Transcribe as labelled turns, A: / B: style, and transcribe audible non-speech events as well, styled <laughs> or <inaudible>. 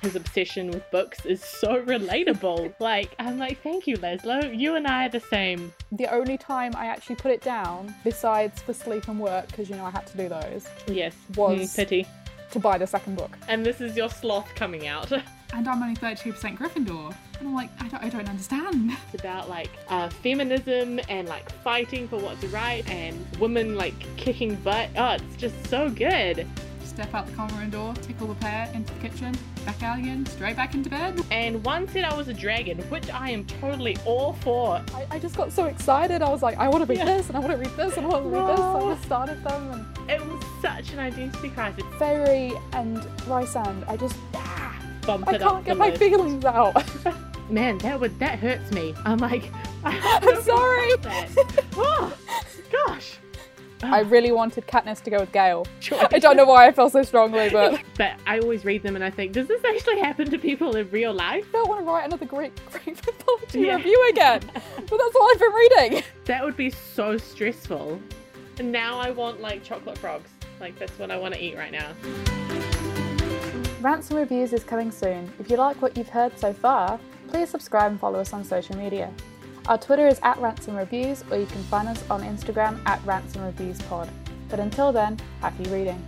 A: his obsession with books is so <laughs> relatable. Like, I'm like, thank you, Laszlo. You and I are the same.
B: The only time I actually put it down, besides for sleep and work, because you know I had to do those,
A: Yes.
B: Was-
A: Mm, pity.
B: to buy the second book.
A: And this is your sloth coming out. <laughs>
C: And I'm only 32% Gryffindor. And I'm like, I don't, I don't understand. <laughs>
A: It's about like uh, feminism and like fighting for what's right and women like kicking butt. Oh, it's just so good.
C: Step out the common room door, tickle the pear, into the kitchen, back out again, straight back into bed.
A: And one said I was a dragon, which I am totally all for.
B: I, I just got so excited. I was like, I want to read
A: Yeah.
B: this, and I want to read this, and I want to read this. So I
A: No.
B: just started them, and
A: It was such an identity crisis.
B: Fairy and Rysand, I just, ah,
A: Bump
B: I
A: it up
B: can't
A: the
B: get my
A: list.
B: feelings out. <laughs>
A: Man, that would that hurts me. I'm like, <laughs>
B: I'm sorry.
A: That. oh gosh.
B: <laughs> I really wanted Katniss to go with Gale.
A: Sure.
B: <laughs> I don't know why I feel so strongly, <laughs> but I
A: But I always read them and I think, does this actually happen to people in real life?
B: don't want to write another Greek Greek mythology
A: Yeah.
B: review again. But that's all I've been reading.
A: That would be so stressful. And now I want like chocolate frogs. Like that's what I want to eat right now.
B: Ransom Reviews is coming soon. If you like what you've heard so far, please subscribe and follow us on social media. Our Twitter is at Ransom Reviews, or you can find us on Instagram at Ransom Reviews Pod. But until then, happy reading.